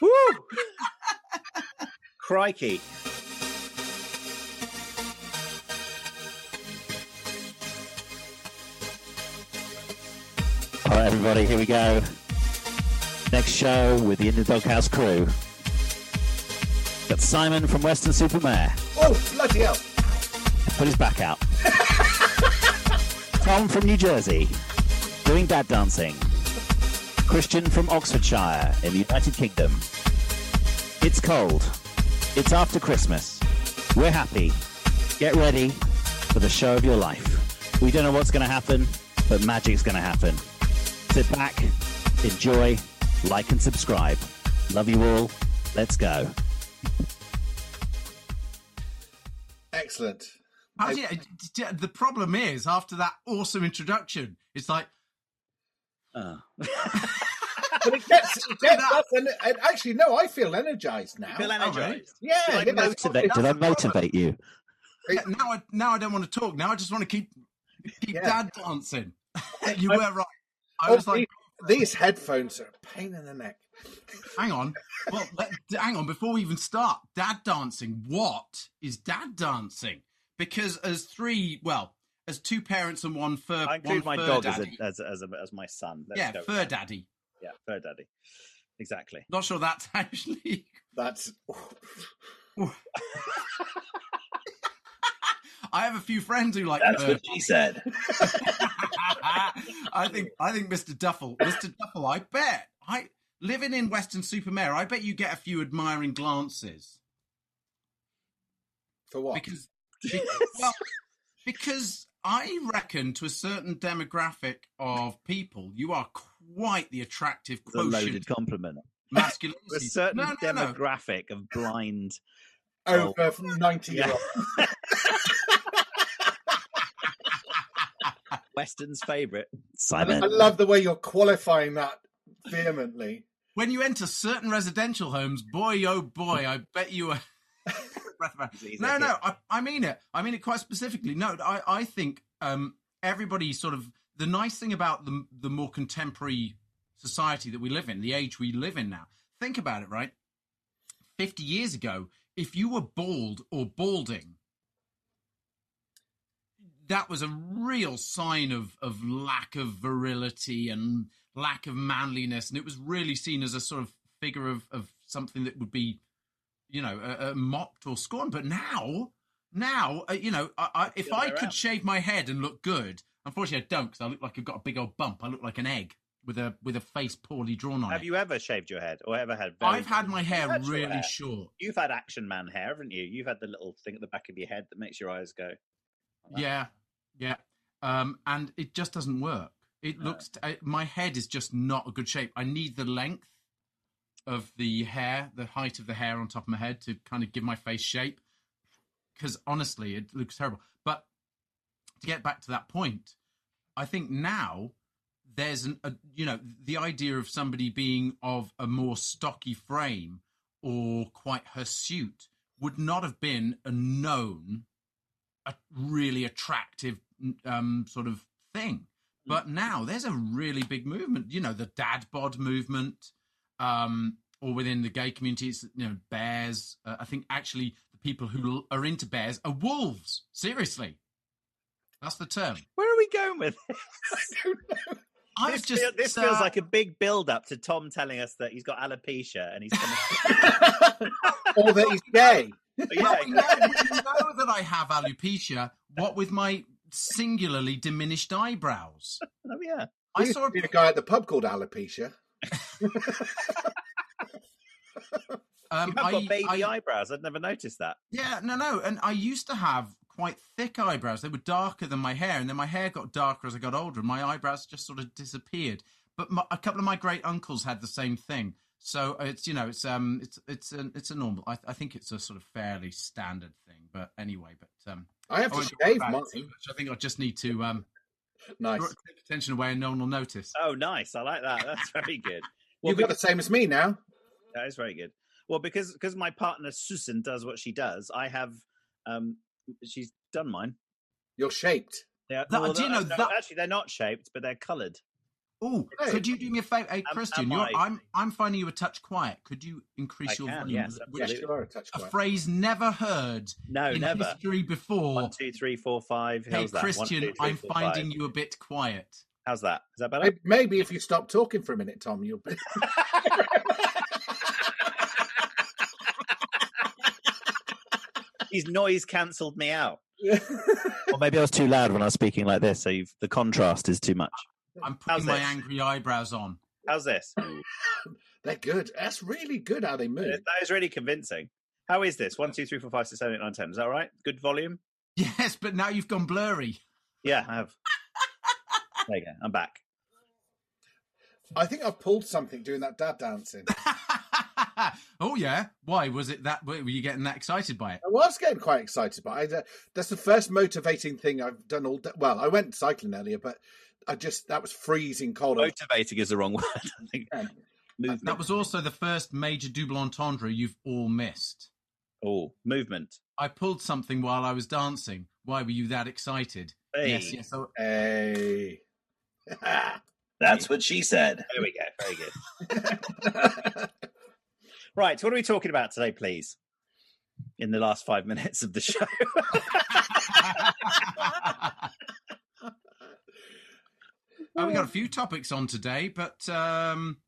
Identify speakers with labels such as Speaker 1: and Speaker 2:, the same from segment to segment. Speaker 1: Woo! Crikey. All right, everybody, here we go. Next show with the Indian Doghouse crew. Got Simon from Western Supermare.
Speaker 2: Oh, bloody hell.
Speaker 1: Put his back out. Tom from New Jersey. Doing dad dancing. Christian from Oxfordshire in the United Kingdom. It's cold. It's after Christmas. We're happy. Get ready for the show of your life. We don't know what's going to happen, but magic's going to happen. Sit back, enjoy, like, and subscribe. Love you all. Let's go.
Speaker 2: Excellent.
Speaker 3: How's it- d- d- the problem is, after that awesome introduction, it's like,
Speaker 1: Uh,
Speaker 2: But it gets, it gets
Speaker 3: that.
Speaker 2: up and, and actually, no, I feel energized now. Oh,
Speaker 4: Feel energized.
Speaker 2: yeah,
Speaker 4: Feel like
Speaker 2: yeah.
Speaker 1: motivate, did I motivate you?
Speaker 3: yeah, now I, now I don't want to talk. Now I just want to keep keep
Speaker 2: Yeah.
Speaker 3: dad dancing. you were right. I
Speaker 2: Oh,
Speaker 3: was like,
Speaker 2: these, these headphones are a pain in the neck.
Speaker 3: hang on. Well, let, hang on. Before we even start, dad dancing. What is dad dancing? Because as three, well, as two parents and one fur,
Speaker 1: I
Speaker 3: one
Speaker 1: include my
Speaker 3: fur
Speaker 1: dog as, a,
Speaker 3: daddy.
Speaker 1: as, as, a, as my son. Let's
Speaker 3: yeah,
Speaker 1: go with
Speaker 3: fur
Speaker 1: that.
Speaker 3: daddy.
Speaker 1: Yeah, fur daddy. Exactly.
Speaker 3: Not sure that's actually.
Speaker 2: That's
Speaker 3: I have a few friends who like
Speaker 4: That's
Speaker 3: fur
Speaker 4: what she said.
Speaker 3: I think I think Mr. Duffel, Mr. Duffel, I bet I living in Western Supermare, I bet you get a few admiring glances
Speaker 2: for what?
Speaker 3: because be- well, because I reckon to a certain demographic of people, you are quite the attractive
Speaker 1: It's a loaded
Speaker 3: quotient
Speaker 1: compliment.
Speaker 3: masculinity.
Speaker 1: A certain
Speaker 3: no, no, no.
Speaker 1: demographic of blind.
Speaker 2: Over ninety year old.
Speaker 1: Weston's favourite.
Speaker 2: I
Speaker 1: Simon.
Speaker 2: love the way you're qualifying that vehemently.
Speaker 3: When you enter certain residential homes, boy oh boy, I bet you are. No, no, I, I mean it. I mean it quite specifically. No, I, I think um, everybody sort of the nice thing about the the more contemporary society that we live in, the age we live in now. Think about it, right? Fifty years ago, if you were bald or balding, that was a real sign of of lack of virility and lack of manliness, and it was really seen as a sort of figure of of something that would be you know, uh, uh, mocked or scorned. But now, now, uh, you know, I, I, if
Speaker 4: The other
Speaker 3: I
Speaker 4: way
Speaker 3: could
Speaker 4: around.
Speaker 3: shave my head and look good, unfortunately I don't because I look like I've got a big old bump. I look like an egg with a with a face poorly drawn on
Speaker 1: Have
Speaker 3: it.
Speaker 1: you ever shaved your head or ever had? very-
Speaker 3: I've had my hair
Speaker 1: Natural
Speaker 3: really
Speaker 1: hair.
Speaker 3: short.
Speaker 1: You've had action man hair, haven't you? You've had the little thing at the back of your head that makes your eyes go. Wow.
Speaker 3: Yeah, yeah, um, and it just doesn't work. It
Speaker 1: No.
Speaker 3: looks I, my head is just not a good shape. I need the length of the hair, the height of the hair on top of my head to kind of give my face shape. Because honestly, it looks terrible. But to get back to that point, I think now there's an a, you know the idea of somebody being of a more stocky frame or quite hirsute would not have been a known a really attractive um, sort of
Speaker 1: Mm.
Speaker 3: thing. But now there's a really big movement, you know, the dad bod movement, um, or within the gay community, it's, you know, bears. Uh, I think actually the people who l- are into bears are wolves. Seriously, that's the term.
Speaker 1: Where are we going with this?
Speaker 3: I
Speaker 1: this
Speaker 3: was just
Speaker 1: feel- this feels
Speaker 3: uh,
Speaker 1: like a big build-up to Tom telling us that he's got alopecia and he's. Gonna...
Speaker 2: or that he's gay.
Speaker 1: yeah,
Speaker 3: we know, we know that I have alopecia. What with my singularly diminished eyebrows.
Speaker 1: oh, yeah.
Speaker 3: I
Speaker 2: Used
Speaker 3: saw
Speaker 2: to
Speaker 3: a
Speaker 2: be a guy at the pub called Alopecia.
Speaker 3: um,
Speaker 1: You have got
Speaker 3: I-
Speaker 1: baby
Speaker 3: I-
Speaker 1: eyebrows. I'd never noticed that.
Speaker 3: Yeah, no, no. And I used to have quite thick eyebrows. They were darker than my hair. And then my hair got darker as I got older. And my eyebrows just sort of disappeared. But my, a couple of my great uncles had the same thing. So it's you know it's um it's it's an it's a normal I, I think it's a sort of fairly standard thing but anyway but um
Speaker 2: I have
Speaker 3: I
Speaker 2: to
Speaker 3: won't talk
Speaker 2: shave
Speaker 3: about it too
Speaker 2: mine.
Speaker 3: much. I think I just need to um
Speaker 2: Nice.
Speaker 3: draw- take attention away and no one will notice
Speaker 1: Oh, nice. I like that. That's very good. Well,
Speaker 2: You've got the same as me now.
Speaker 1: That is very good. Well, because because my partner Susan does what she does, I have um she's done mine.
Speaker 2: You're shaped.
Speaker 1: Yeah,
Speaker 3: That- do you know that-
Speaker 1: actually they're not shaped, but they're coloured.
Speaker 3: Oh,
Speaker 2: Hey.
Speaker 3: could you do me a favor, hey, Christian?
Speaker 1: am
Speaker 3: You're,
Speaker 1: I-
Speaker 3: I'm I'm finding you a touch quiet. Could you increase
Speaker 1: I
Speaker 3: your
Speaker 1: can,
Speaker 3: volume?
Speaker 1: yes,
Speaker 3: Which-
Speaker 2: Yes,
Speaker 1: absolutely.
Speaker 2: you are a touch
Speaker 3: a
Speaker 2: quiet.
Speaker 3: phrase never heard
Speaker 1: No,
Speaker 3: in
Speaker 1: never.
Speaker 3: history before.
Speaker 1: One, two, three, four, five.
Speaker 3: Hey,
Speaker 1: How's that? One,
Speaker 3: Christian,
Speaker 1: two, three,
Speaker 3: I'm
Speaker 1: four, five.
Speaker 3: finding you a bit quiet.
Speaker 1: How's that? Is that better?
Speaker 2: May- Maybe if you stop talking for a minute, Tom, you'll be.
Speaker 1: His noise cancelled me out. Or maybe I was too loud when I was speaking like this, so you've, the contrast is too much.
Speaker 3: I'm
Speaker 1: How's
Speaker 3: putting my
Speaker 1: this?
Speaker 3: angry eyebrows on.
Speaker 1: How's this?
Speaker 2: They're good. That's really good how they move.
Speaker 1: that is really convincing. How is this? One, two, three, four, five, six, seven, eight, nine, ten. Is that all right? Good volume?
Speaker 3: Yes, but now you've gone blurry.
Speaker 1: Yeah, I have. there you go. I'm back.
Speaker 2: I think I pulled something doing that dad dancing.
Speaker 3: oh yeah, why was it that? Were you getting that excited by it?
Speaker 2: I was getting quite excited, but I, uh, that's the first motivating thing I've done all day. Well, I went cycling earlier, but I just that was freezing cold.
Speaker 1: Motivating is the wrong word. I think.
Speaker 2: Yeah.
Speaker 1: Movement.
Speaker 3: That was also the first major double entendre you've all missed.
Speaker 1: oh, movement.
Speaker 3: I pulled something while I was dancing. Why were you that excited?
Speaker 1: Hey,
Speaker 3: Yes, yes. I-
Speaker 2: Hey.
Speaker 1: That's
Speaker 2: what she said.
Speaker 1: There we go. Very good. Right. So, what are we talking about today, please? In the last five minutes of the show.
Speaker 3: Uh, we got a few topics on today, but um,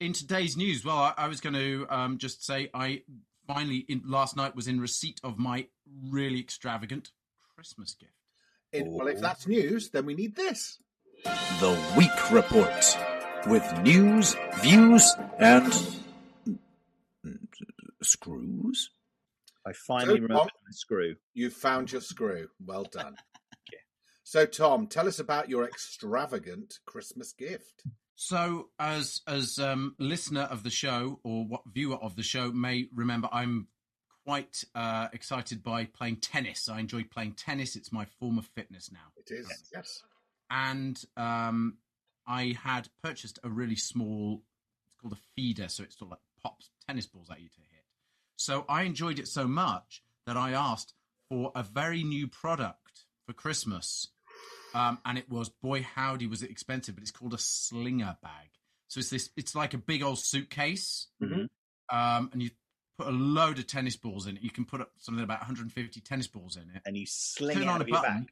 Speaker 3: in today's news, well, I, I was going to um, just say I finally in, last night was in receipt of my really extravagant Christmas gift.
Speaker 2: well, if that's news, then we need this.
Speaker 4: The Week Report with news, views, and screws.
Speaker 1: I finally
Speaker 2: So,
Speaker 1: remembered
Speaker 2: Tom-
Speaker 1: my screw.
Speaker 2: You found your screw. Well done. So, Tom, tell us about your extravagant Christmas gift.
Speaker 3: So, as as um, listener of the show or what viewer of the show may remember, I'm quite uh, excited by playing tennis. I enjoy playing tennis; it's my form of fitness now.
Speaker 2: It is yes.
Speaker 3: and um, I had purchased a really small. It's called a feeder, so it's sort of like pops tennis balls at you to hit. So I enjoyed it so much that I asked for a very new product for Christmas, um, and it was boy howdy was it expensive, but it's called a slinger bag. So it's this. It's like a big old suitcase,
Speaker 1: Mhm.
Speaker 3: um, and you put a load of tennis balls in it. You can put up something about 150 tennis balls in it
Speaker 1: And you sling
Speaker 3: turn
Speaker 1: it out
Speaker 3: on a
Speaker 1: of your
Speaker 3: button.
Speaker 1: back.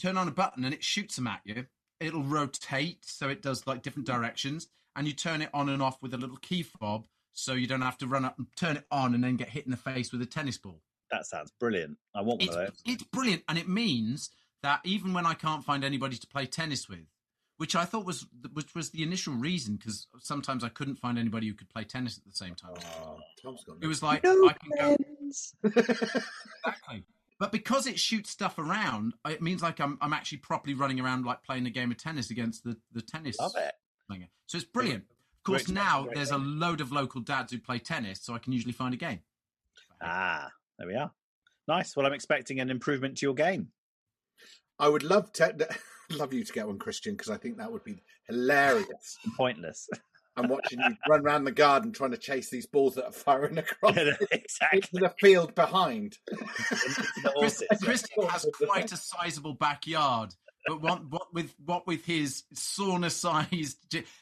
Speaker 3: Turn on a button and it shoots them at you. It'll rotate so it does like different
Speaker 1: Mm.
Speaker 3: directions, and you turn it on and off with a little key fob, so you don't have to run up and turn it on and then get hit in the face with a tennis ball.
Speaker 1: That sounds brilliant. I want one
Speaker 3: It's,
Speaker 1: of those.
Speaker 3: it's brilliant, and it means that even when I can't find anybody to play tennis with, which I thought was which was the initial reason, because sometimes I couldn't find anybody who could play tennis at the same time.
Speaker 2: Oh, Tom's got
Speaker 3: It
Speaker 2: no-
Speaker 3: was like I can go Exactly. But because it shoots stuff around, it means like I'm I'm actually properly running around like playing a game of tennis against the the tennis
Speaker 1: Love it.
Speaker 3: slinger. So it's brilliant. Of course,
Speaker 1: Great.
Speaker 3: now
Speaker 1: Great.
Speaker 3: there's a load of local dads who play tennis, so I can usually find a game.
Speaker 1: Ah, there we are. Nice. Well, I'm expecting an improvement to your game.
Speaker 2: I would love to love you to get one, Christian, because I think that would be hilarious.
Speaker 1: Pointless.
Speaker 2: I'm watching you run round the garden trying to chase these balls that are firing across
Speaker 3: Oh.
Speaker 2: into
Speaker 1: exactly.
Speaker 2: the field behind.
Speaker 1: The
Speaker 3: Chris,
Speaker 1: horses.
Speaker 3: Christian has quite a sizable backyard, but what, what with what with his sauna sized.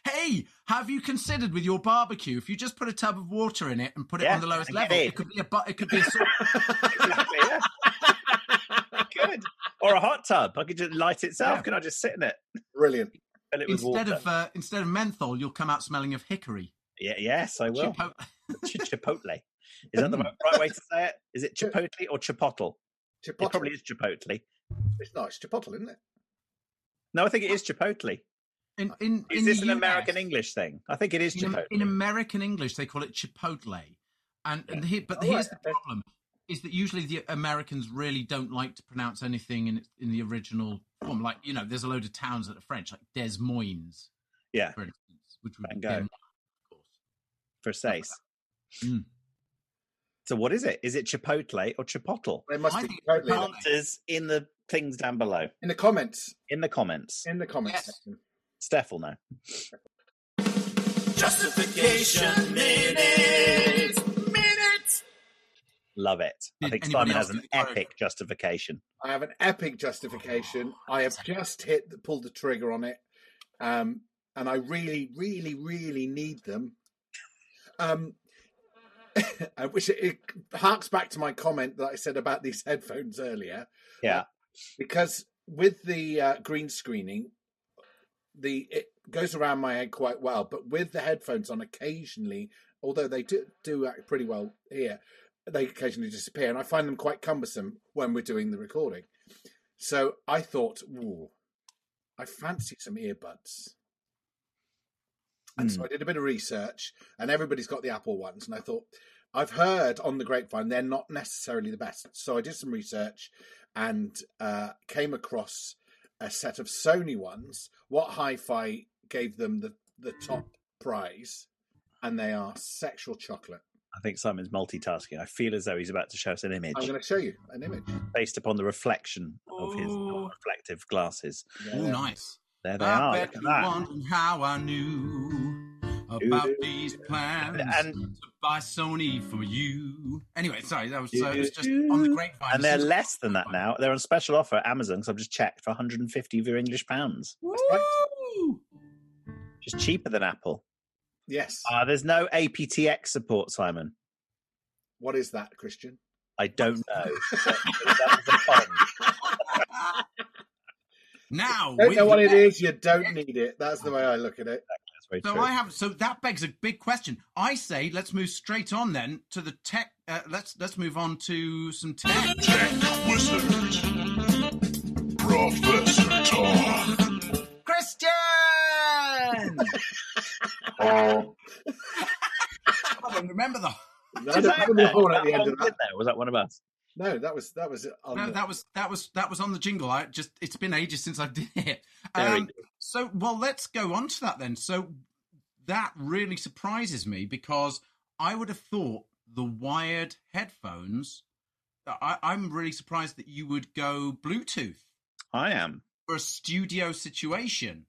Speaker 3: Hey, have you considered with your barbecue if you just put a tub of water in it and put it
Speaker 1: Yeah,
Speaker 3: on the
Speaker 1: I
Speaker 3: lowest
Speaker 1: get
Speaker 3: level,
Speaker 1: it.
Speaker 3: it. could be a bu- it could be a sauna.
Speaker 1: Exactly, yeah. Good. Or a hot tub. I could just light itself.
Speaker 3: Yeah.
Speaker 1: Can I just sit in it?
Speaker 2: Brilliant.
Speaker 1: Fill it with
Speaker 3: instead
Speaker 1: water.
Speaker 3: of uh, instead of menthol, you'll come out smelling of hickory.
Speaker 1: Yeah, yes, I will.
Speaker 3: Chipo-
Speaker 1: Ch- Chipotle. Is that the right right way to say it? Is it Chipotle or Chipotle?
Speaker 2: Chipotle.
Speaker 1: It probably is Chipotle.
Speaker 2: It's nice. Chipotle, isn't it?
Speaker 1: No, I think it is Chipotle.
Speaker 3: In, in,
Speaker 1: Is
Speaker 3: in
Speaker 1: this
Speaker 3: the
Speaker 1: an
Speaker 3: US,
Speaker 1: American English thing? I think it is
Speaker 3: In,
Speaker 1: Chipotle.
Speaker 3: in American English, they call it Chipotle, and, and here, but
Speaker 2: Oh,
Speaker 3: here's
Speaker 2: right.
Speaker 3: the problem: is that usually the Americans really don't like to pronounce anything in its- in the original form. Like you know, there's a load of towns that are French, like Des Moines,
Speaker 1: Yeah.
Speaker 3: for instance, which would be
Speaker 1: Bingo.
Speaker 3: Des Moines, of course. oh,
Speaker 1: Precise.
Speaker 3: Mm.
Speaker 1: So what is it? Is it Chipotle or Chipotle?
Speaker 2: They must
Speaker 3: I
Speaker 2: be
Speaker 3: think
Speaker 2: Chipotle.
Speaker 3: Chipotle.
Speaker 1: Answers in the things down below.
Speaker 2: In the comments.
Speaker 1: In the comments.
Speaker 2: In the comments
Speaker 3: Yes.
Speaker 2: section.
Speaker 1: Steph will know.
Speaker 4: Justification minute. Minute.
Speaker 1: Love it. I
Speaker 3: Did
Speaker 1: think
Speaker 3: anybody
Speaker 1: Simon
Speaker 3: else
Speaker 1: has an
Speaker 3: do the
Speaker 1: epic justification.
Speaker 2: I have an epic justification. I have just hit the, pulled the trigger on it. Um, and I really, really, really need them. Um, I wish it, it harks back to my comment that I said about these headphones earlier. uh,
Speaker 1: Yeah.
Speaker 2: because with the uh, green screening, the it goes around my head quite well. But with the headphones on, occasionally, although they do do act pretty well here, they occasionally disappear, and I find them quite cumbersome when we're doing the recording. So I thought, ooh, I fancy some earbuds. And so I did a bit of research, and everybody's got the Apple ones. And I thought, I've heard on the grapevine they're not necessarily the best. So I did some research and uh, came across a set of Sony ones. What Hi Fi gave them the, the top prize, and they are sexual chocolate.
Speaker 1: I think Simon's multitasking. I feel as though he's about to show us an image
Speaker 2: I'm going to show you an image.
Speaker 1: based upon the reflection of his
Speaker 3: Ooh.
Speaker 1: reflective glasses.
Speaker 3: Oh, nice.
Speaker 1: There they
Speaker 3: I
Speaker 1: are.
Speaker 3: bet
Speaker 1: Look at
Speaker 3: you
Speaker 1: that.
Speaker 3: wondered how I knew about these plans
Speaker 1: And-
Speaker 3: to buy Sony for you. Anyway, sorry, that was so it was just on the grapevine.
Speaker 1: And they're
Speaker 3: This is-
Speaker 1: less than that now. They're on special offer at Amazon because I've just checked for 150 of your English pounds.
Speaker 3: Woo!
Speaker 1: Just cheaper than Apple.
Speaker 2: Yes.
Speaker 1: Uh, there's no APTX support, Simon.
Speaker 2: What is that, Christian?
Speaker 1: I don't know. that was a pun.
Speaker 3: Now,
Speaker 2: Don't
Speaker 3: with
Speaker 2: know what it
Speaker 3: that-
Speaker 2: is. You don't need it. That's the way I look at it.
Speaker 1: That's very
Speaker 3: So
Speaker 1: true.
Speaker 3: I have. So that begs a big question. I say let's move straight on then to the tech. Uh, let's let's move on to some tech.
Speaker 5: Wizard. Professor Tom.
Speaker 3: Christian. I don't remember the.
Speaker 2: No,
Speaker 1: Is
Speaker 2: no,
Speaker 1: that
Speaker 2: no,
Speaker 1: in there?
Speaker 2: no, no,
Speaker 1: Was
Speaker 2: at the
Speaker 1: that
Speaker 2: end
Speaker 1: one
Speaker 2: of that.
Speaker 1: in there? Was that one of us?
Speaker 2: No, that was that was on
Speaker 3: No,
Speaker 2: the-
Speaker 3: that was that was that was on the jingle. I just it's been ages since I did it.
Speaker 1: Very
Speaker 3: Um, so well, let's go on to that then. So that really surprises me because I would have thought the wired headphones. I, I'm really surprised that you would go Bluetooth
Speaker 1: I am.
Speaker 3: for a studio situation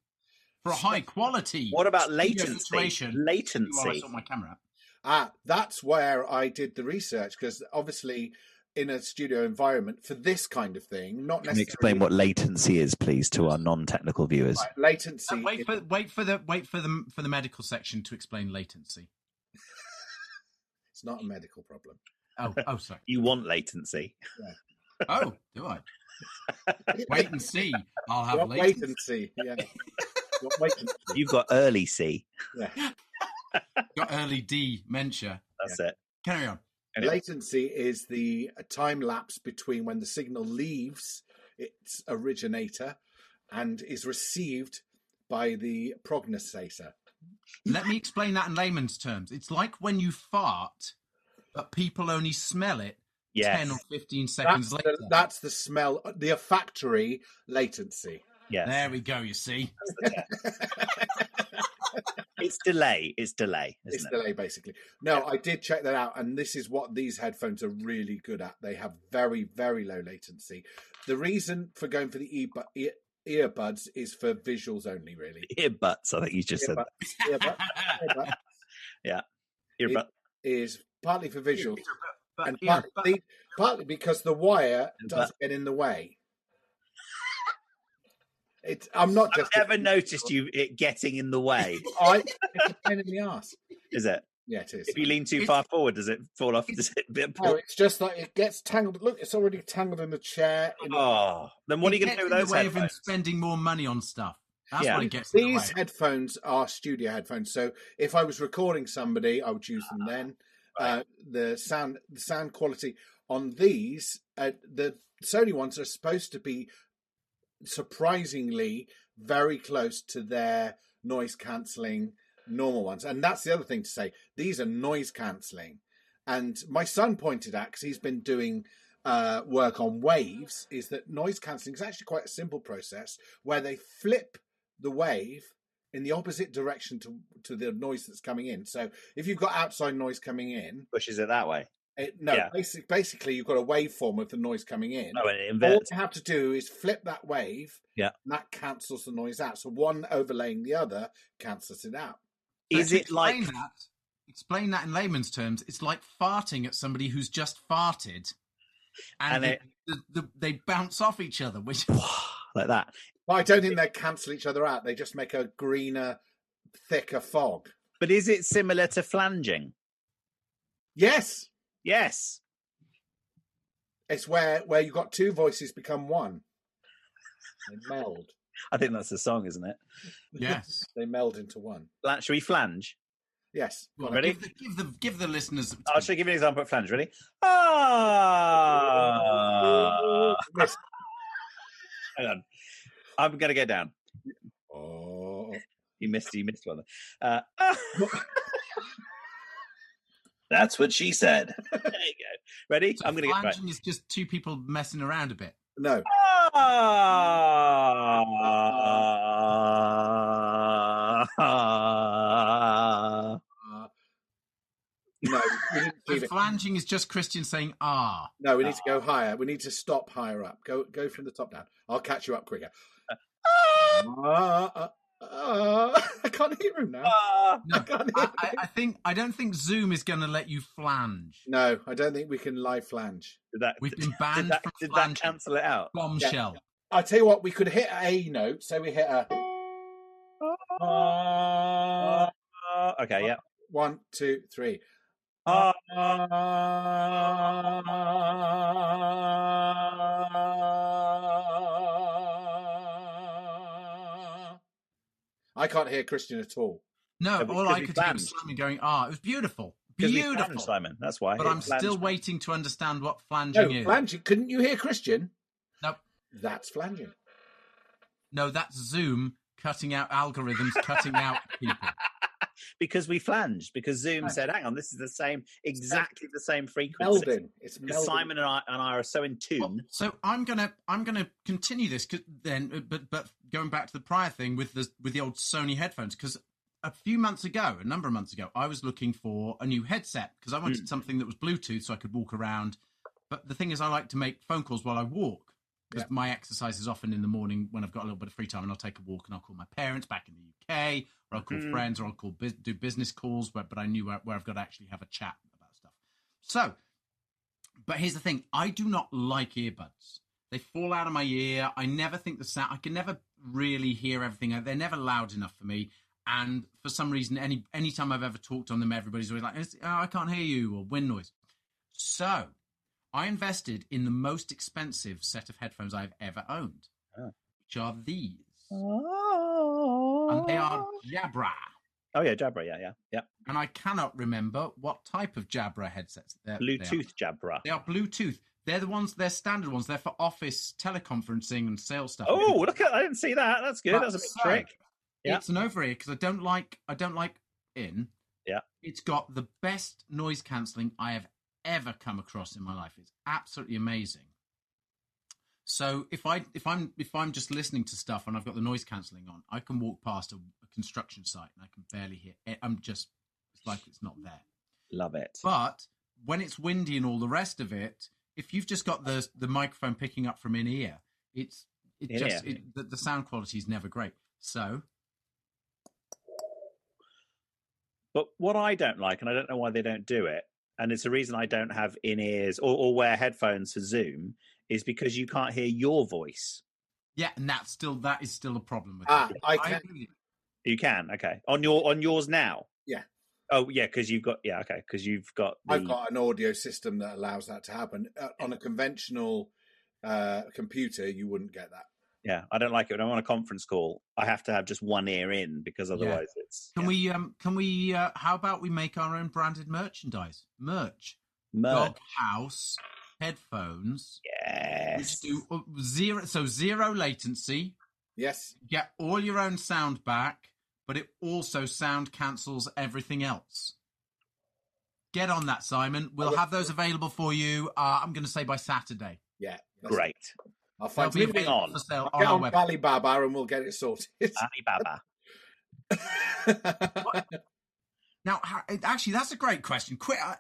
Speaker 3: for a high quality.
Speaker 1: What about
Speaker 3: studio
Speaker 1: latency?
Speaker 3: Situation. You are, I
Speaker 1: Latency.
Speaker 3: saw my camera.
Speaker 2: Ah, that's where I did the research because obviously, in a studio environment for this kind of thing, not
Speaker 1: Can
Speaker 2: necessarily
Speaker 1: you explain what latency is, please, to our non-technical viewers?
Speaker 2: Right, latency.
Speaker 3: wait
Speaker 2: is-
Speaker 3: for wait for the wait for the for the medical section to explain latency.
Speaker 2: It's not a medical problem.
Speaker 3: Oh, oh, sorry.
Speaker 1: You want latency.
Speaker 3: Oh, do I? Wait and see. I'll have
Speaker 2: What
Speaker 3: latency.
Speaker 2: latency? Yeah. What latency?
Speaker 1: You've got early C.
Speaker 3: Got early D mentia.
Speaker 1: That's it.
Speaker 3: Carry on.
Speaker 1: Anyway.
Speaker 2: Latency is the time lapse between when the signal leaves its originator and is received by the prognosator.
Speaker 3: Let me explain that in layman's terms. It's like when you fart, but people only smell it
Speaker 1: Yes.
Speaker 3: ten or fifteen seconds
Speaker 2: That's
Speaker 3: later.
Speaker 2: the, that's the smell, the olfactory latency.
Speaker 1: Yes.
Speaker 3: There we go. You see.
Speaker 1: It's delay. It's delay, isn't
Speaker 2: it's
Speaker 1: it?
Speaker 2: delay basically. No, I did check that out, and this is what these headphones are really good at. They have very, very low latency. The reason for going for the earbu- ear, earbuds is for visuals only, really.
Speaker 1: Earbuds. I think you just said
Speaker 2: Earbud, earbud, earbud
Speaker 1: earbud.
Speaker 2: is partly for visuals,
Speaker 3: But
Speaker 2: and
Speaker 3: here,
Speaker 2: partly,
Speaker 3: but-
Speaker 2: partly because the wire does
Speaker 1: Earbud.
Speaker 2: get in the way. It's. I'm not
Speaker 1: I've
Speaker 2: just.
Speaker 1: never noticed you it getting in the way.
Speaker 2: I, it's a pain in the ass.
Speaker 1: Is it?
Speaker 2: Yeah, it is.
Speaker 1: If you lean too
Speaker 3: It's- Oh,
Speaker 1: far forward, does it fall off? Does it?
Speaker 2: No, it's just like it gets tangled. Look, it's already tangled in the chair. In the
Speaker 1: Oh, then what are
Speaker 3: it
Speaker 1: you going to do
Speaker 3: gets
Speaker 1: with
Speaker 3: in
Speaker 1: those
Speaker 3: the way of him
Speaker 1: headphones?
Speaker 3: spending more money on stuff. That's
Speaker 1: Yeah.
Speaker 3: what it gets in the way.
Speaker 2: These headphones are studio headphones, so if I was recording somebody, I would use them then. Uh, the sound, the sound quality on these, uh, the Sony ones are supposed to be surprisingly very close to their noise cancelling normal ones, and that's the other thing to say. These are noise cancelling, and my son pointed out because he's been doing. Uh, work on waves is that noise cancelling is actually quite a simple process where they flip the wave in the opposite direction to to the noise that's coming in. So if you've got outside noise coming in,
Speaker 1: Pushes it that way.
Speaker 2: it, no,
Speaker 1: Yeah.
Speaker 2: basic, basically you've got a waveform of the noise coming in.
Speaker 1: No, it
Speaker 2: All
Speaker 1: inverts.
Speaker 2: you have to do is flip that wave,
Speaker 1: Yeah.
Speaker 2: and that cancels the noise out. So one overlaying the other cancels it out.
Speaker 3: But
Speaker 1: Is
Speaker 3: to
Speaker 1: it like?
Speaker 3: explain that? Explain that in layman's terms. It's like farting at somebody who's just farted,
Speaker 1: And
Speaker 3: and,
Speaker 1: it-
Speaker 3: the, the, the, they bounce off each other, which
Speaker 1: like that?
Speaker 2: But I don't think they cancel each other out. They just make a greener thicker fog.
Speaker 1: But is it similar to flanging?
Speaker 2: Yes,
Speaker 1: Yes.
Speaker 2: it's where where you got two voices become one. They meld.
Speaker 1: I think that's the song, isn't it?
Speaker 3: Yes.
Speaker 2: They meld into one.
Speaker 1: Fla- Shall we flange?
Speaker 2: Yes.
Speaker 3: Well,
Speaker 1: Ready?
Speaker 3: Give the, give the give the listeners.
Speaker 1: I Oh, should give you an example of flange. Ready? Ah.
Speaker 2: Yes.
Speaker 1: Hang on. I'm going to go down.
Speaker 2: Oh,
Speaker 1: You missed. You missed one. Uh, ah. That's what she said. There you go. Ready?
Speaker 3: So
Speaker 1: I'm going to get right.
Speaker 3: flanging is just two people messing around a bit.
Speaker 2: no.
Speaker 1: Ah.
Speaker 2: Uh, no, we didn't
Speaker 3: So
Speaker 2: do that.
Speaker 3: flanging is just Christian saying ah.
Speaker 2: no, we need to go higher. We need to stop higher up. Go go from the top down. I'll catch you up quicker. Ah, ah, ah. I can't hear him now.
Speaker 1: Ah.
Speaker 2: I
Speaker 3: No,
Speaker 2: can't
Speaker 3: I,
Speaker 2: hear
Speaker 3: I, I think I don't think Zoom is going to let you flange.
Speaker 2: No, I don't think we can live flange.
Speaker 1: Did that,
Speaker 3: We've been
Speaker 1: did
Speaker 3: banned
Speaker 1: that,
Speaker 3: from
Speaker 1: did that
Speaker 3: flanging.
Speaker 1: cancel it out?
Speaker 3: Bombshell.
Speaker 2: I tell you what, we could hit a note. So we hit a Uh, ah,
Speaker 1: Okay, yeah.
Speaker 2: one, two, three.
Speaker 1: Ah.
Speaker 2: I can't hear Christian at all.
Speaker 3: No,
Speaker 1: Yeah, but
Speaker 3: all
Speaker 1: because
Speaker 3: I
Speaker 1: we
Speaker 3: could hear was
Speaker 1: flanged.
Speaker 3: Simon going ah. It was beautiful,
Speaker 1: 'Cause we flanged,
Speaker 3: beautiful.
Speaker 1: Simon. That's why.
Speaker 3: But
Speaker 1: It
Speaker 3: I'm still
Speaker 1: flanged.
Speaker 3: waiting to understand what flanging
Speaker 2: No,
Speaker 3: is.
Speaker 2: flanging. Couldn't you hear Christian?
Speaker 3: Nope.
Speaker 2: That's flanging.
Speaker 3: No, that's Zoom cutting out algorithms, cutting out people.
Speaker 1: because we flanged because Zoom said, "Hang on, this is the same, exactly the same frequency."
Speaker 2: Melding. It's melding.
Speaker 1: Because Simon and I and I are so in tune.
Speaker 3: Well, so I'm gonna I'm gonna continue this 'cause then, uh, but but going back to the prior thing with the with the old Sony headphones because a few months ago, a number of months ago, I was looking for a new headset because I wanted something that was Bluetooth so I could walk around. But the thing is, I like to make phone calls while I walk because my exercise is often in the morning when I've got a little bit of free time, and I'll take a walk and I'll call my parents back in the UK, or I'll call
Speaker 1: Mhm.
Speaker 3: friends, or I'll call bus- do business calls. But but I knew where, where I've got to actually have a chat about stuff. So, but here's the thing: I do not like earbuds. They fall out of my ear. I never think the sound. I can never really hear everything. They're never loud enough for me. And for some reason, any any time I've ever talked on them, everybody's always like, "It's- oh, "I can't hear you" or "wind noise." So, I invested in the most expensive set of headphones I've ever owned,
Speaker 1: Oh.
Speaker 3: which are these,
Speaker 1: oh. Ah.
Speaker 3: and they are Jabra.
Speaker 1: Oh yeah, Jabra. Yeah, yeah, yeah.
Speaker 3: And I cannot remember what type of Jabra headsets they're, they are.
Speaker 1: Bluetooth Jabra.
Speaker 3: They are Bluetooth. They're the ones. They're standard ones. They're for office teleconferencing and sales stuff.
Speaker 1: Oh, look at! I didn't see that. That's good.
Speaker 3: But
Speaker 1: That's a big
Speaker 3: so,
Speaker 1: trick. Yeah.
Speaker 3: It's an over ear because I don't like. I don't like in.
Speaker 1: Yeah.
Speaker 3: It's got the best noise cancelling I have ever come across in my life. It's absolutely amazing. So if I if I'm if I'm just listening to stuff and I've got the noise cancelling on, I can walk past a, a construction site and I can barely hear. It. I'm just it's like it's not there.
Speaker 1: Love it.
Speaker 3: But when it's windy and all the rest of it, if you've just got the the microphone picking up from in ear, it's it
Speaker 1: In
Speaker 3: just
Speaker 1: ear.
Speaker 3: it, the, the sound quality is never great. So
Speaker 1: But what I don't like, and I don't know why they don't do it, and it's the reason I don't have in ears or, or wear headphones for Zoom, is because you can't hear your voice.
Speaker 3: yeah, and that's still that is still a problem with
Speaker 2: Ah,
Speaker 3: it.
Speaker 2: I can.
Speaker 3: agree.
Speaker 1: You can, okay. On your on yours now.
Speaker 2: Yeah.
Speaker 1: Oh yeah, because you've got yeah, okay, because you've got the,
Speaker 2: I've got an audio system that allows that to happen. Uh, on a conventional uh, computer, you wouldn't get that.
Speaker 1: yeah. I don't like it when I'm on a conference call. I have to have just one ear in because otherwise it's
Speaker 3: Can we um can we uh, how about we make our own branded merchandise merch
Speaker 1: merch.
Speaker 3: dog house headphones
Speaker 1: Uh, Yes.
Speaker 3: which do uh, zero so zero latency
Speaker 2: Yes,
Speaker 3: get all your own sound back, but it also sound cancels everything else. Get on that, Simon. We'll have those available for you. Uh, I'm going to say by Saturday.
Speaker 2: yeah, that's-
Speaker 1: Great.
Speaker 2: I'll
Speaker 3: They'll
Speaker 2: find
Speaker 3: be
Speaker 1: moving
Speaker 3: available
Speaker 1: on.
Speaker 3: for sale on
Speaker 2: Get
Speaker 3: our
Speaker 2: on
Speaker 3: website.
Speaker 2: Alibaba and we'll get it sorted.
Speaker 1: Alibaba.
Speaker 3: Ah. Now, how- actually, that's a great question. Quick, uh,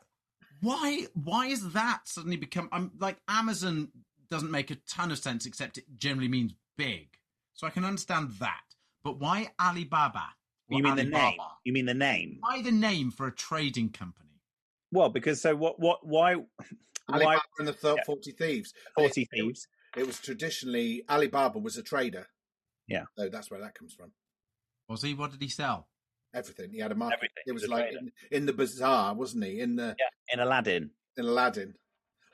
Speaker 3: why why is that suddenly become? I'm like Amazon doesn't make a ton of sense, except it generally means big, so I can understand that. But why Alibaba? or
Speaker 1: You mean the
Speaker 3: Alibaba?
Speaker 1: name? You mean the name?
Speaker 3: Why the name for a trading company?
Speaker 1: Well, because so what? What? Why? Why
Speaker 2: Alibaba and the thir-
Speaker 1: Yeah.
Speaker 2: Forty Thieves.
Speaker 1: forty thieves?
Speaker 2: It was traditionally Alibaba was a trader.
Speaker 1: Yeah.
Speaker 2: so that's where that comes from.
Speaker 3: Was he? What did he sell?
Speaker 2: everything. He had a market.
Speaker 1: Everything.
Speaker 2: It was
Speaker 1: He's a
Speaker 2: like
Speaker 1: trader.
Speaker 2: in, in the bazaar, wasn't he? In the
Speaker 1: in Aladdin.
Speaker 2: in Aladdin.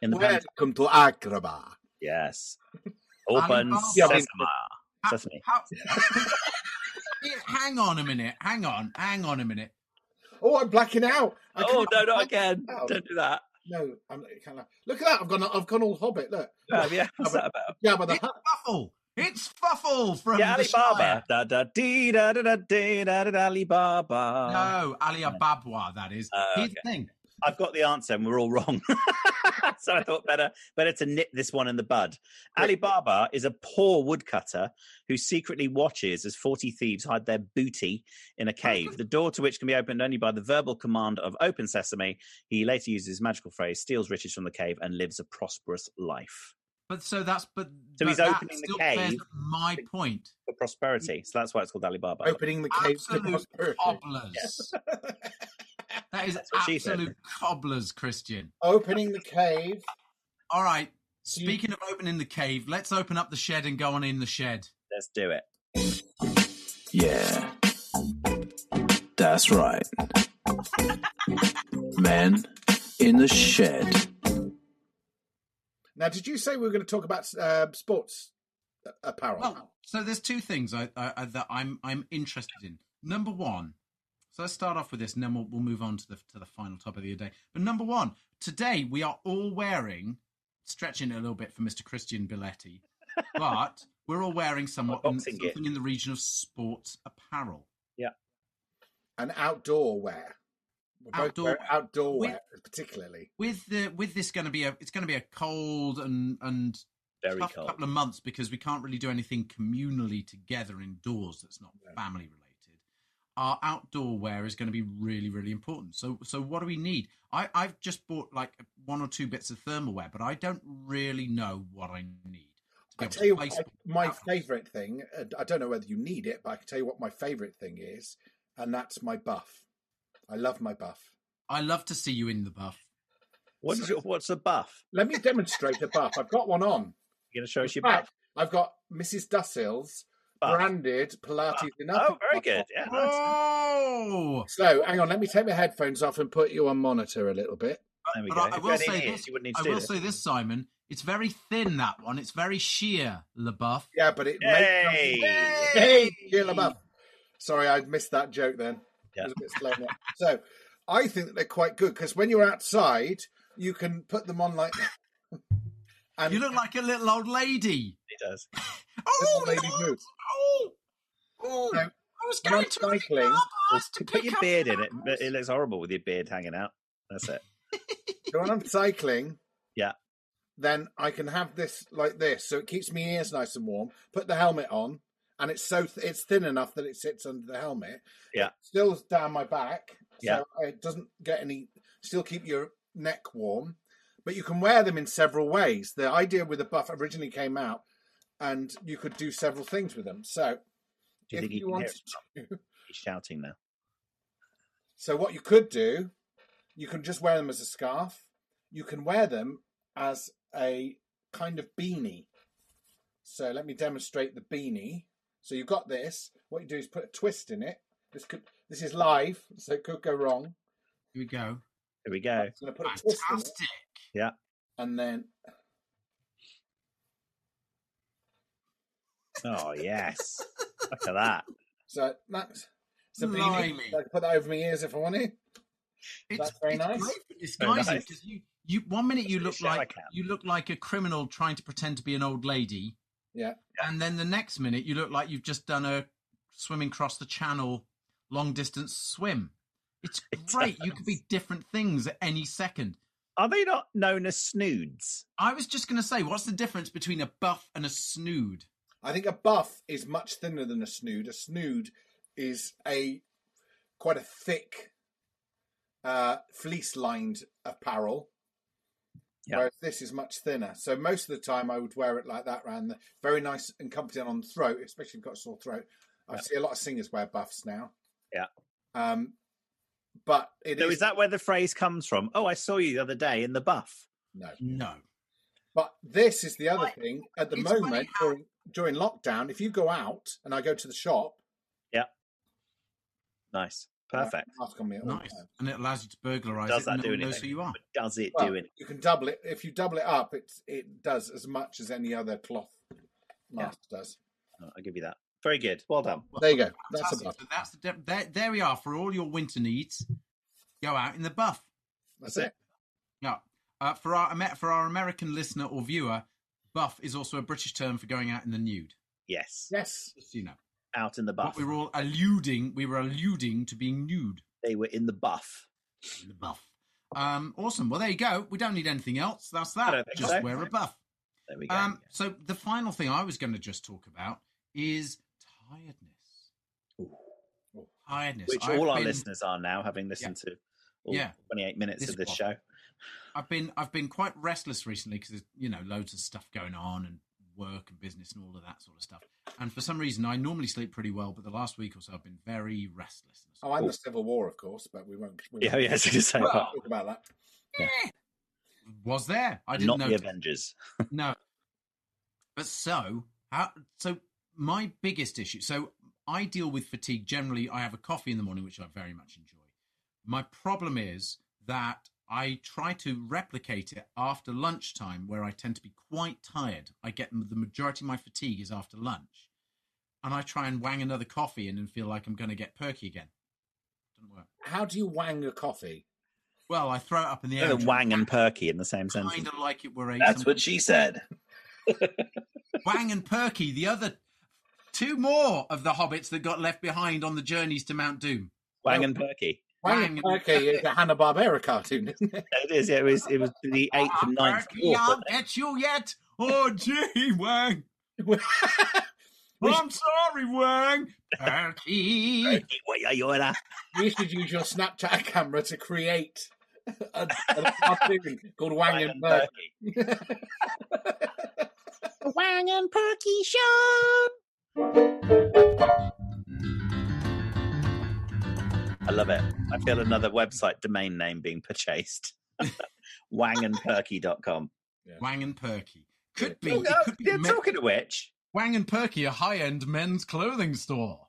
Speaker 1: In the pan-
Speaker 2: Welcome to Agrabah.
Speaker 1: yes. Open
Speaker 3: Alibaba.
Speaker 1: sesame.
Speaker 3: Ha-
Speaker 1: Sesame.
Speaker 3: How, Yeah, hang on a minute. Hang on. Hang on a minute.
Speaker 2: Oh, I'm blacking out. I
Speaker 1: Oh
Speaker 2: can't-
Speaker 1: no, not again!
Speaker 2: Oh.
Speaker 1: Don't do that.
Speaker 2: No, I'm, I can't laugh. look at that. I've gone. I've gone all Hobbit. Look.
Speaker 1: Um, yeah, what's that about?
Speaker 2: Yeah, but the
Speaker 3: It's Fuffle. It's Fuffle from
Speaker 1: Yeah,
Speaker 3: the
Speaker 1: Alibaba.
Speaker 3: Shire.
Speaker 1: Da da dee da da da dee da da da, Alibaba.
Speaker 3: No, Ali Ababwa, that is.
Speaker 1: Oh, Uh,
Speaker 3: Here's
Speaker 1: okay.
Speaker 3: the thing.
Speaker 1: I've got the answer, and we're all wrong. so I thought better better to nip this one in the bud. Alibaba is a poor woodcutter who secretly watches as forty thieves hide their booty in a cave, the door to which can be opened only by the verbal command of "Open Sesame." He later uses his magical phrase, steals riches from the cave, and lives a prosperous life
Speaker 3: But so that's but
Speaker 1: So
Speaker 3: but
Speaker 1: he's
Speaker 3: that
Speaker 1: opening the
Speaker 3: still
Speaker 1: cave.
Speaker 3: bears my point.
Speaker 1: for
Speaker 3: Mm.
Speaker 1: prosperity. So that's why it's called Alibaba.
Speaker 2: opening the case to
Speaker 3: Absolute
Speaker 2: prosperity.
Speaker 3: cobblers. that is
Speaker 1: what she said.
Speaker 3: absolute cobblers, Christian.
Speaker 2: Opening the cave.
Speaker 3: All right.
Speaker 2: So you-
Speaker 3: Speaking of opening the cave, let's open up the shed and go on in the shed.
Speaker 1: Let's do it.
Speaker 4: Yeah. That's right. Men in the shed.
Speaker 2: Now, did you say we were going to talk about uh, sports uh, apparel?
Speaker 3: Well, so there's two things I, I, I, that I'm I'm interested in. Number one, so let's start off with this, and then we'll, we'll move on to the to the final topic of the day. But number one, today we are all wearing, stretching it a little bit for Mr. Christian Belletti, but we're all wearing somewhat in,
Speaker 1: Boxing gear.
Speaker 3: something in the region of sports apparel.
Speaker 2: and outdoor wear. We're both
Speaker 3: Outdoor
Speaker 2: wearing
Speaker 3: wear.
Speaker 2: outdoor
Speaker 3: We-
Speaker 2: wear, particularly.
Speaker 3: With the with this going to be a it's going to be a cold and and
Speaker 1: Very
Speaker 3: tough
Speaker 1: cold.
Speaker 3: couple of months because we can't really do anything communally together indoors that's not family related. Our outdoor wear is going to be really, really important. So, so what do we need? I, I've just bought like one or two bits of thermal wear, but I don't really know what I need. to be
Speaker 2: I
Speaker 3: able
Speaker 2: tell you,
Speaker 3: to
Speaker 2: what,
Speaker 3: place
Speaker 2: I- my
Speaker 3: outfit.
Speaker 2: favourite thing. uh, I don't know whether you need it, but I can tell you what my favourite thing is, and that's my buff. I love my buff.
Speaker 3: I love to see you in the buff.
Speaker 1: What is your, what's the buff?
Speaker 2: Let me demonstrate the buff. I've got one on.
Speaker 1: You're going to show us your
Speaker 2: Right.
Speaker 1: buff?
Speaker 2: I've got Mrs. Dussill's
Speaker 1: Buff.
Speaker 2: branded Pilates in
Speaker 1: Oh,
Speaker 2: upper
Speaker 1: very
Speaker 2: buff.
Speaker 1: good. Yeah, nice.
Speaker 3: Oh,
Speaker 2: So, hang on, let me take my headphones off and put you on monitor a little bit.
Speaker 1: There we
Speaker 3: Oh, but
Speaker 1: go.
Speaker 3: I- I
Speaker 1: If you
Speaker 3: will
Speaker 1: had
Speaker 3: say
Speaker 1: any ears,
Speaker 3: this-
Speaker 1: You wouldn't need to
Speaker 3: I
Speaker 1: do
Speaker 3: will
Speaker 1: this.
Speaker 3: say this, Simon. It's very thin that one. It's very sheer. The buff.
Speaker 2: Yeah, but it
Speaker 1: Yay!
Speaker 2: makes Hey, Shia LaBeouf. Sorry, I missed that joke then.
Speaker 1: Yeah.
Speaker 2: It was a bit slow there. so, I think that they're quite good because when you're outside, you can put them on like that. And
Speaker 3: You look like a little old lady.
Speaker 1: It does.
Speaker 3: Oh,
Speaker 2: lady
Speaker 3: no.
Speaker 2: moves.
Speaker 3: Oh, oh.
Speaker 2: No,
Speaker 3: I was
Speaker 2: when
Speaker 3: going
Speaker 2: I'm
Speaker 3: to the
Speaker 2: cycling,
Speaker 3: Starbucks to
Speaker 1: Put
Speaker 3: pick
Speaker 1: your
Speaker 3: up
Speaker 1: beard in it.
Speaker 3: apples.
Speaker 1: but It looks horrible with your beard hanging out. That's it.
Speaker 2: So when I'm cycling,
Speaker 1: Yeah.
Speaker 2: then I can have this like this, so it keeps me ears nice and warm. Put the helmet on, and it's so th- it's thin enough that it sits under the helmet.
Speaker 1: Yeah.
Speaker 2: still down my back,
Speaker 1: Yeah.
Speaker 2: so it doesn't get any. Still keep your neck warm, but you can wear them in several ways. The idea with the buff originally came out, and you could do several things with them. So
Speaker 1: Do you
Speaker 2: if
Speaker 1: think you can
Speaker 2: you
Speaker 1: hear
Speaker 2: wanted
Speaker 1: it?
Speaker 2: to,
Speaker 1: He's shouting now.
Speaker 2: so what you could do, you can just wear them as a scarf. You can wear them as a kind of beanie. So let me demonstrate the beanie. So you've got this. What you do is put a twist in it. This could this is live, so it could go wrong.
Speaker 3: Here we go.
Speaker 1: Here we go.
Speaker 2: So I put a twist in it,
Speaker 3: Fantastic.
Speaker 2: and then
Speaker 1: Oh yes. Look at that.
Speaker 2: so that's it's a beanie.
Speaker 3: Blimey.
Speaker 2: So I can put that over my ears if I want to.
Speaker 3: It's,
Speaker 2: very
Speaker 3: it's
Speaker 2: nice.
Speaker 3: great for disguising
Speaker 1: nice.
Speaker 3: 'cause you, you, one minute you
Speaker 1: It's
Speaker 3: look
Speaker 1: a shower
Speaker 3: like
Speaker 1: cap.
Speaker 3: you look like a criminal trying to pretend to be an old lady.
Speaker 2: Yeah.
Speaker 3: And then the next minute you look like you've just done a swimming across the channel long distance swim. It's
Speaker 1: It
Speaker 3: great. You
Speaker 1: does.
Speaker 3: could be different things at any second.
Speaker 1: Are they not known as snoods?
Speaker 3: I was just going to say, what's the difference between a buff and a snood?
Speaker 2: I think a buff is much thinner than a snood. A snood is a quite a thick uh, fleece-lined apparel,
Speaker 1: Yeah.
Speaker 2: whereas this is much thinner. So most of the time, I would wear it like that round the very nice and comforting on the throat, especially if you've got a sore throat. I
Speaker 1: Yeah.
Speaker 2: see a lot of singers wear buffs now.
Speaker 1: Yeah.
Speaker 2: Um, but it is
Speaker 1: So is that where the phrase comes from? Oh, I saw you the other day in the buff.
Speaker 2: no.
Speaker 3: No.
Speaker 2: But this is the other thing. At the
Speaker 3: it's funny
Speaker 2: moment,
Speaker 3: how-
Speaker 2: during, during lockdown, if you go out and I go to the shop,
Speaker 1: Yeah. Nice. Perfect.
Speaker 2: Mask on me at all
Speaker 3: Nice.
Speaker 2: times.
Speaker 3: And it allows you to burglarize
Speaker 1: Does
Speaker 3: it.
Speaker 1: that
Speaker 3: and no
Speaker 1: do
Speaker 3: one knows
Speaker 1: anything?
Speaker 3: who you are.
Speaker 1: But does it
Speaker 2: Well,
Speaker 1: do anything?
Speaker 2: You can double it if you double it up. It's it does as much as any other cloth mask does.
Speaker 1: No, Oh, I'll give you that. Very good. Well done.
Speaker 2: There you go. That's
Speaker 3: Fantastic.
Speaker 2: a buff.
Speaker 3: So that's the de- there, there we are for all your winter needs. Go out in the buff.
Speaker 2: That's it.
Speaker 3: Yeah. Uh, for our Amer- for our American listener or viewer, buff is also a British term for going out in the nude.
Speaker 1: Yes.
Speaker 2: Yes.
Speaker 3: Just so you know,
Speaker 1: Out in the
Speaker 3: but
Speaker 1: buff.
Speaker 3: we were all alluding we were alluding to being nude
Speaker 1: They were in the buff.
Speaker 3: in the buff. Um, awesome. Well, there you go. We don't need anything else. That's
Speaker 1: I
Speaker 3: that.
Speaker 1: don't think
Speaker 3: Just
Speaker 1: so.
Speaker 3: wear a buff.
Speaker 1: There we go.
Speaker 3: Um, so the final thing I was going to just talk about is tiredness.
Speaker 1: Ooh.
Speaker 3: Tiredness,
Speaker 1: Which
Speaker 3: I've
Speaker 1: all our
Speaker 3: been-
Speaker 1: listeners are now, having listened to all
Speaker 3: Yeah.
Speaker 1: 28 minutes
Speaker 3: This
Speaker 1: of this
Speaker 3: one.
Speaker 1: show.
Speaker 3: I've been I've been quite restless recently because there's you know loads of stuff going on and work and business and all of that sort of stuff. And for some reason, I normally sleep pretty well, but the last week or so I've been very restless.
Speaker 2: Oh, and the Civil War, of course, but we won't. We
Speaker 1: Yeah,
Speaker 2: won't
Speaker 1: yeah, I was going to say,
Speaker 3: Well,
Speaker 1: but
Speaker 2: Talk about that.
Speaker 3: Was there? I
Speaker 1: not
Speaker 3: didn't
Speaker 1: the
Speaker 3: know.
Speaker 1: Avengers.
Speaker 3: No. But so how? So my biggest issue. So I deal with fatigue generally. I have a coffee in the morning, which I very much enjoy. My problem is that I try to replicate it after lunchtime, where I tend to be quite tired. I get the majority of my fatigue is after lunch, and I try and wang another coffee in and feel like I'm going to get perky again. Doesn't work.
Speaker 2: How do you wang a coffee?
Speaker 3: Well, I throw it up in the air.
Speaker 1: Yeah, Wang and Perky in the same
Speaker 3: kind
Speaker 1: sentence.
Speaker 3: of like it were a
Speaker 4: That's
Speaker 3: some-
Speaker 4: what she said.
Speaker 3: Wang and Perky, the other two more of the hobbits that got left behind on the journeys to Mount Doom.
Speaker 1: Wang and Perky.
Speaker 2: Wang
Speaker 3: Wang-
Speaker 2: okay, it's a Hanna Barbera cartoon, isn't it?
Speaker 1: It is. Yeah, it was. It was the eighth and ninth.
Speaker 3: Perky,
Speaker 1: war,
Speaker 3: I'll
Speaker 1: wasn't it?
Speaker 3: get you yet. Oh, gee, Wang.
Speaker 2: We
Speaker 3: I'm sorry, Wang. Perky.
Speaker 1: Perky, what are you at?
Speaker 2: you should use your Snapchat camera to create a, a cartoon called Wang
Speaker 1: Wang
Speaker 2: and
Speaker 1: and
Speaker 2: Bird.
Speaker 1: Perky.
Speaker 6: Wang and Perky Show.
Speaker 1: I love it. I feel another website domain name being purchased. Wangandperky.com.
Speaker 3: Wang and Perky. Could be.
Speaker 1: Oh,
Speaker 3: It
Speaker 1: no,
Speaker 3: could be
Speaker 1: yeah,
Speaker 3: men-
Speaker 1: talking of which,
Speaker 3: Wang and Perky, a high end men's clothing store.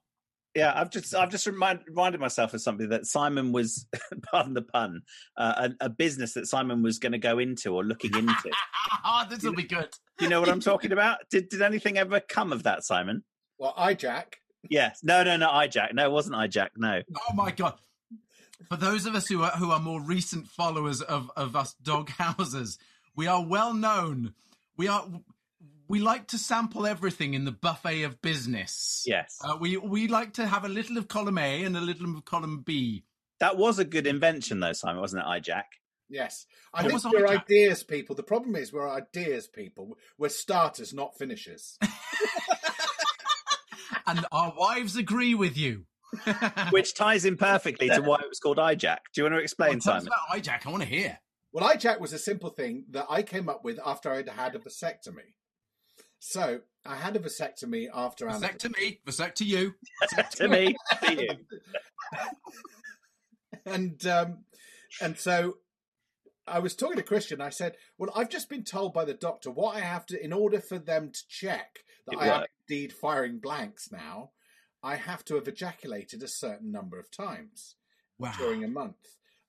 Speaker 1: yeah, I've just I've just remind, reminded myself of something that Simon was, pardon the pun, uh, a, a business that Simon was going to go into or looking into.
Speaker 3: Ah, this will be good.
Speaker 1: you know what I'm talking about? Did did anything ever come of that, Simon?
Speaker 2: Well, I Jack.
Speaker 1: Yes. No, no, no. I Jack. No, it wasn't I Jack. No.
Speaker 3: Oh my god! For those of us who are who are more recent followers of of us dog houses, we are well known. We are we like to sample everything in the buffet of business.
Speaker 1: Yes.
Speaker 3: Uh, we we like to have a little of column A and a little of column B.
Speaker 1: That was a good invention, though, Simon, wasn't it? I Jack.
Speaker 2: Yes,
Speaker 3: What
Speaker 2: I think
Speaker 3: was I
Speaker 2: we're
Speaker 3: Jack?
Speaker 2: ideas people. The problem is we're ideas people. We're starters, not finishers.
Speaker 3: And our wives agree with you.
Speaker 1: Which ties in perfectly to why it was called I Jack. Do you want to
Speaker 3: Well,
Speaker 1: explain,
Speaker 3: tell us
Speaker 1: Simon?
Speaker 3: about hijack. I want to hear.
Speaker 2: well, I Jack was a simple thing that I came up with after I'd had a vasectomy. So I had a vasectomy after Anna-
Speaker 3: Vasect to me. Vasect to you.
Speaker 1: to me, to you.
Speaker 2: and um, and so I was talking to Christian. I said, "Well, I've just been told by the doctor what I have to in order for them to check that
Speaker 1: It
Speaker 2: I am indeed firing blanks now. I have to have ejaculated a certain number of times."
Speaker 3: Wow.
Speaker 2: during a month.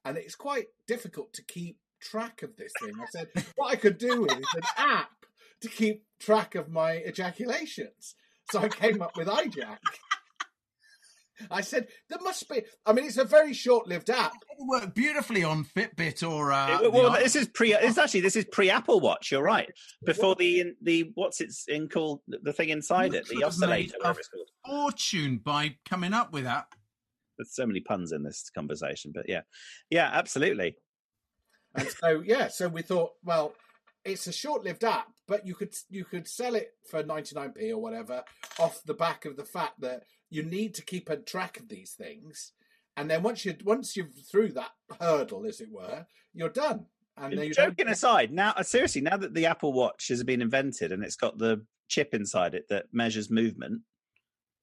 Speaker 2: And it's quite difficult to keep track of this thing. I said, what I could do is an app to keep track of my ejaculations. So I came up with iJack. I said, there must be, I mean, it's a very short lived app.
Speaker 3: It worked beautifully on Fitbit or uh,
Speaker 1: Well, well,
Speaker 3: the-
Speaker 1: this is pre. It's actually this is pre Apple Watch. You're right. Before the in, the what's it's in called the thing inside it, the
Speaker 3: Which was made
Speaker 1: oscillator. whatever
Speaker 3: of-
Speaker 1: it's called.
Speaker 3: fortune by coming up with that.
Speaker 1: There's so many puns in this conversation, but yeah, yeah, absolutely.
Speaker 2: And so, yeah, so we thought, well, it's a short lived app, but you could, you could sell it for 99p or whatever off the back of the fact that you need to keep a track of these things. And then once you once you've through that hurdle, as it were, you're done. And then you don't
Speaker 1: Joking aside, now uh, seriously, now that the Apple Watch has been invented and it's got the chip inside it that measures movement,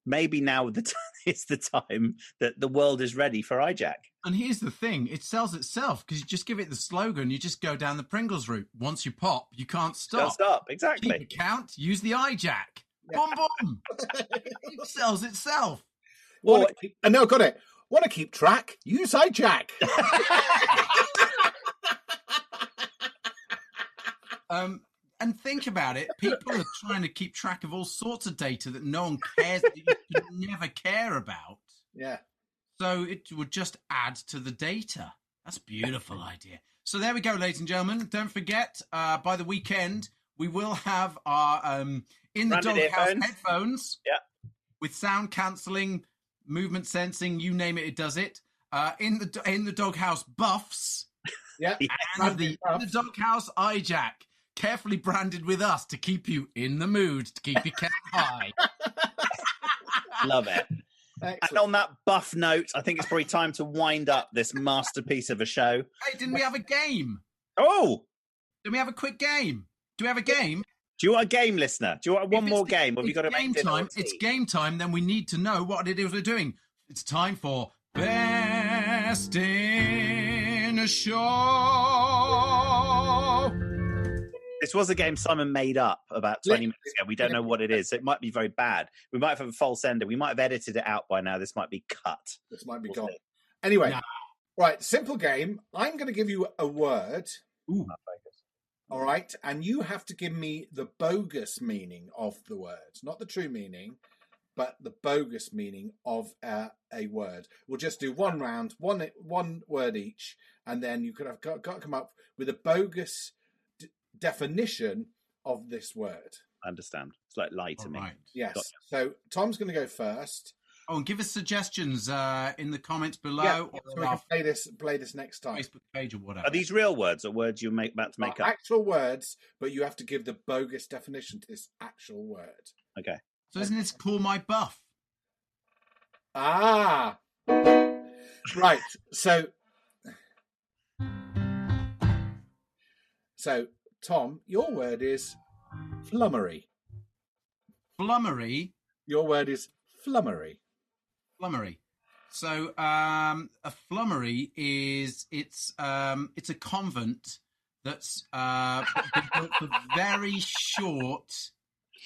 Speaker 1: maybe now the t- it's the time that the world is ready for iJack.
Speaker 3: And here's the thing: it sells itself because you just give it the slogan. You just go down the Pringles route. Once you pop, you can't
Speaker 1: Don't
Speaker 3: stop.
Speaker 1: stop.
Speaker 3: Keep
Speaker 1: Exactly.
Speaker 3: account. Use the iJack. Boom boom. it sells itself.
Speaker 1: Well,
Speaker 2: I know, got it. Want to keep track? Use I Jack.
Speaker 3: Um, and think about it. People are trying to keep track of all sorts of data that no one cares, that you, you never care about.
Speaker 2: yeah.
Speaker 3: So it would just add to the data. That's a beautiful idea. So there we go, ladies and gentlemen. Don't forget, uh, by the weekend, we will have our um, in the
Speaker 1: Branded
Speaker 3: doghouse
Speaker 1: headphones.
Speaker 3: headphones.
Speaker 1: Yeah.
Speaker 3: With sound cancelling, movement sensing, you name it, it does it. Uh, in the do- in the doghouse buffs
Speaker 2: Yeah.
Speaker 3: and the,
Speaker 2: Branded
Speaker 3: the doghouse eye jack, carefully branded with us to keep you in the mood, to keep you kept high.
Speaker 1: Love it. And
Speaker 2: Excellent.
Speaker 1: on that buff note, I think it's probably time to wind up this masterpiece of a show.
Speaker 3: hey, didn't we have a game?
Speaker 1: Oh,
Speaker 3: Did we have a quick game? Do we have a game?
Speaker 1: do you want a game, listener? Do you want one
Speaker 3: If it's
Speaker 1: more
Speaker 3: the-
Speaker 1: game? Or have you
Speaker 3: it's
Speaker 1: got to
Speaker 3: game
Speaker 1: make dinner
Speaker 3: time?
Speaker 1: and
Speaker 3: It's
Speaker 1: tea?
Speaker 3: game time. Then we need to know what it is we're doing. It's time for best in a show.
Speaker 1: This was a game Simon made up about 20 minutes ago. We don't know what it is. So it might be very bad. We might have a false ender. We might have edited it out by now. This might be cut.
Speaker 2: This might be gone. Anyway,
Speaker 3: No.
Speaker 2: right, simple game. I'm going to give you a word.
Speaker 3: Ooh.
Speaker 2: All right, and you have to give me the bogus meaning of the word, not the true meaning, but the bogus meaning of uh, a word. We'll just do one round, one one word each, and then you could have got, got to come up with a bogus d- definition of this word.
Speaker 1: I understand. It's like lie to
Speaker 3: All
Speaker 1: me.
Speaker 3: right.
Speaker 2: Yes.
Speaker 1: Got
Speaker 2: So Tom's going to go first.
Speaker 3: Oh, and give us suggestions uh, in the comments below
Speaker 2: Yeah,
Speaker 3: or
Speaker 2: so
Speaker 3: on
Speaker 2: we can
Speaker 3: our
Speaker 2: play this play this next time.
Speaker 3: Facebook page or whatever.
Speaker 1: Are these real words or words you're make, about to make
Speaker 2: are
Speaker 1: up?
Speaker 2: actual words, but you have to give the bogus definition to this actual word.
Speaker 3: so isn't this call my buff?
Speaker 2: Ah, right. So, so Tom, your word is flummery.
Speaker 3: Flummery,
Speaker 2: Your word is flummery.
Speaker 3: flummery. So um, a flummery is it's um, it's a convent that's uh, been built for very short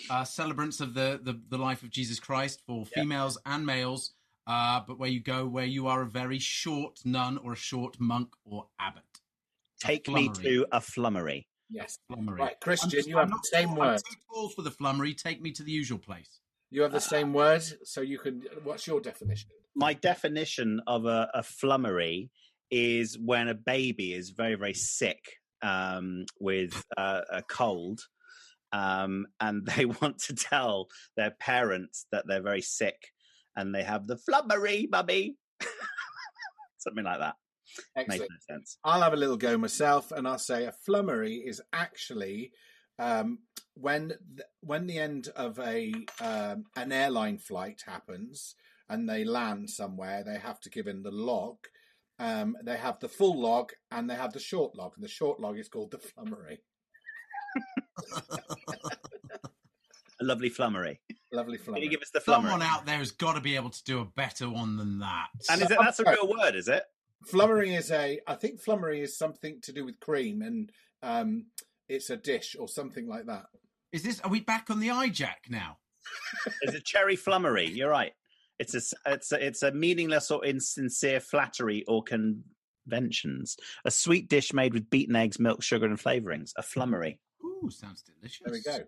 Speaker 3: uh, celebrants of the, the the life of Jesus Christ for females and males. Uh, but where you go, where you are a very short nun or a short monk or abbot. A
Speaker 1: Take me
Speaker 3: flummery.
Speaker 1: to a flummery.
Speaker 2: Yes.
Speaker 3: flummery.
Speaker 2: Right, Christian,
Speaker 3: just-
Speaker 2: you have the
Speaker 3: not-
Speaker 2: same
Speaker 3: I'm
Speaker 2: word.
Speaker 3: too tall for the flummery. Take me to the usual place.
Speaker 2: You have the same word, so you can. What's your definition?
Speaker 1: my definition of a, a flummery is when a baby is very very sick um, with uh, a cold um, and they want to tell their parents that they're very sick and they have the flummery mummy something like that makes
Speaker 2: Excellent.
Speaker 1: no sense
Speaker 2: I'll have a little go myself, and I'll say a flummery is actually um, when th- when the end of a um, an airline flight happens and they land somewhere, they have to give in the log. Um, they have the full log and they have the short log, and the short log is called the flummery.
Speaker 1: a lovely flummery
Speaker 2: Lovely
Speaker 1: can
Speaker 2: flummery.
Speaker 1: you give us the
Speaker 3: Someone
Speaker 1: flummery
Speaker 3: out there has got to be able to do a better one than that.
Speaker 1: and is it that's a real word is it
Speaker 2: flummery is a. I think flummery is something to do with cream, and um, it's a dish or something like that.
Speaker 3: Is this? Are we back on the iJack now?
Speaker 1: it's a cherry flummery you're right it's a s- it's a, it's a meaningless or insincere flattery or conventions a sweet dish made with beaten eggs milk sugar and flavorings a flummery
Speaker 3: Ooh, sounds delicious.
Speaker 2: There we go.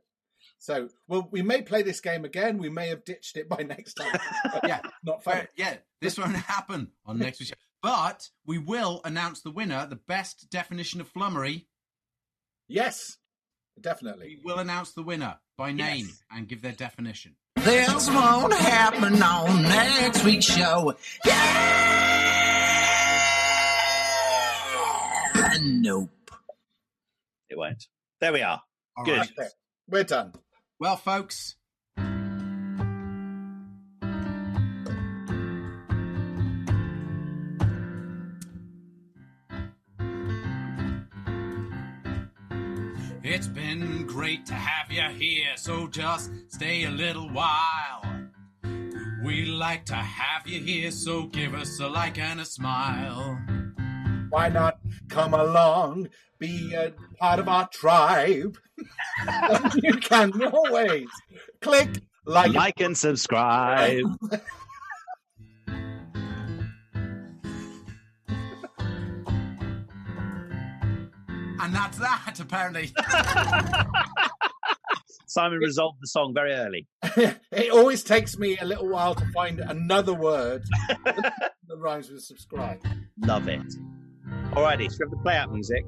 Speaker 2: So, well, we may play this game again. We may have ditched it by next time.
Speaker 3: Yeah.
Speaker 2: not funny.
Speaker 3: But, yeah, this won't happen on next week's show. But we will announce the winner, the best definition of flummery.
Speaker 2: Yes, definitely.
Speaker 3: We will announce the winner by name
Speaker 1: Yes.
Speaker 3: and give their definition.
Speaker 7: This won't happen on next week's show. Yeah! Nope.
Speaker 1: it won't there we are
Speaker 3: All
Speaker 1: Good.
Speaker 3: right.
Speaker 2: Okay, we're done.
Speaker 3: Well, folks, it's been great to have you here, so just stay a little while. We like to have you here, so give us a like and a smile.
Speaker 2: Why not come along, be a part of our tribe? you can always click like.
Speaker 1: like and subscribe
Speaker 3: And that's that, apparently.
Speaker 1: Simon resolved the song very early.
Speaker 2: it always takes me a little while to find another word that rhymes with subscribe.
Speaker 1: Love it. Alrighty, should we have the play out music?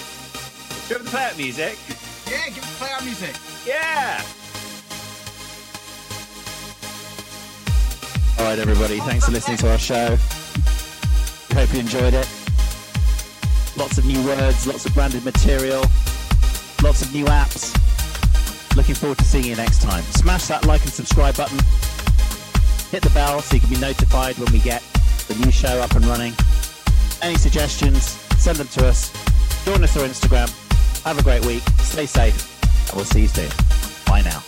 Speaker 1: Should we have the play out music?
Speaker 3: yeah, give, play our music.
Speaker 1: Yeah!
Speaker 4: All right, everybody. Thanks for listening to our show. We hope you enjoyed it. Lots of new words, lots of branded material, lots of new apps. Looking forward to seeing you next time. Smash that like and subscribe button. Hit the bell so you can be notified when we get the new show up and running. Any suggestions, send them to us. Join us on Instagram. Have a great week. Stay safe. And we'll see you soon. Bye now.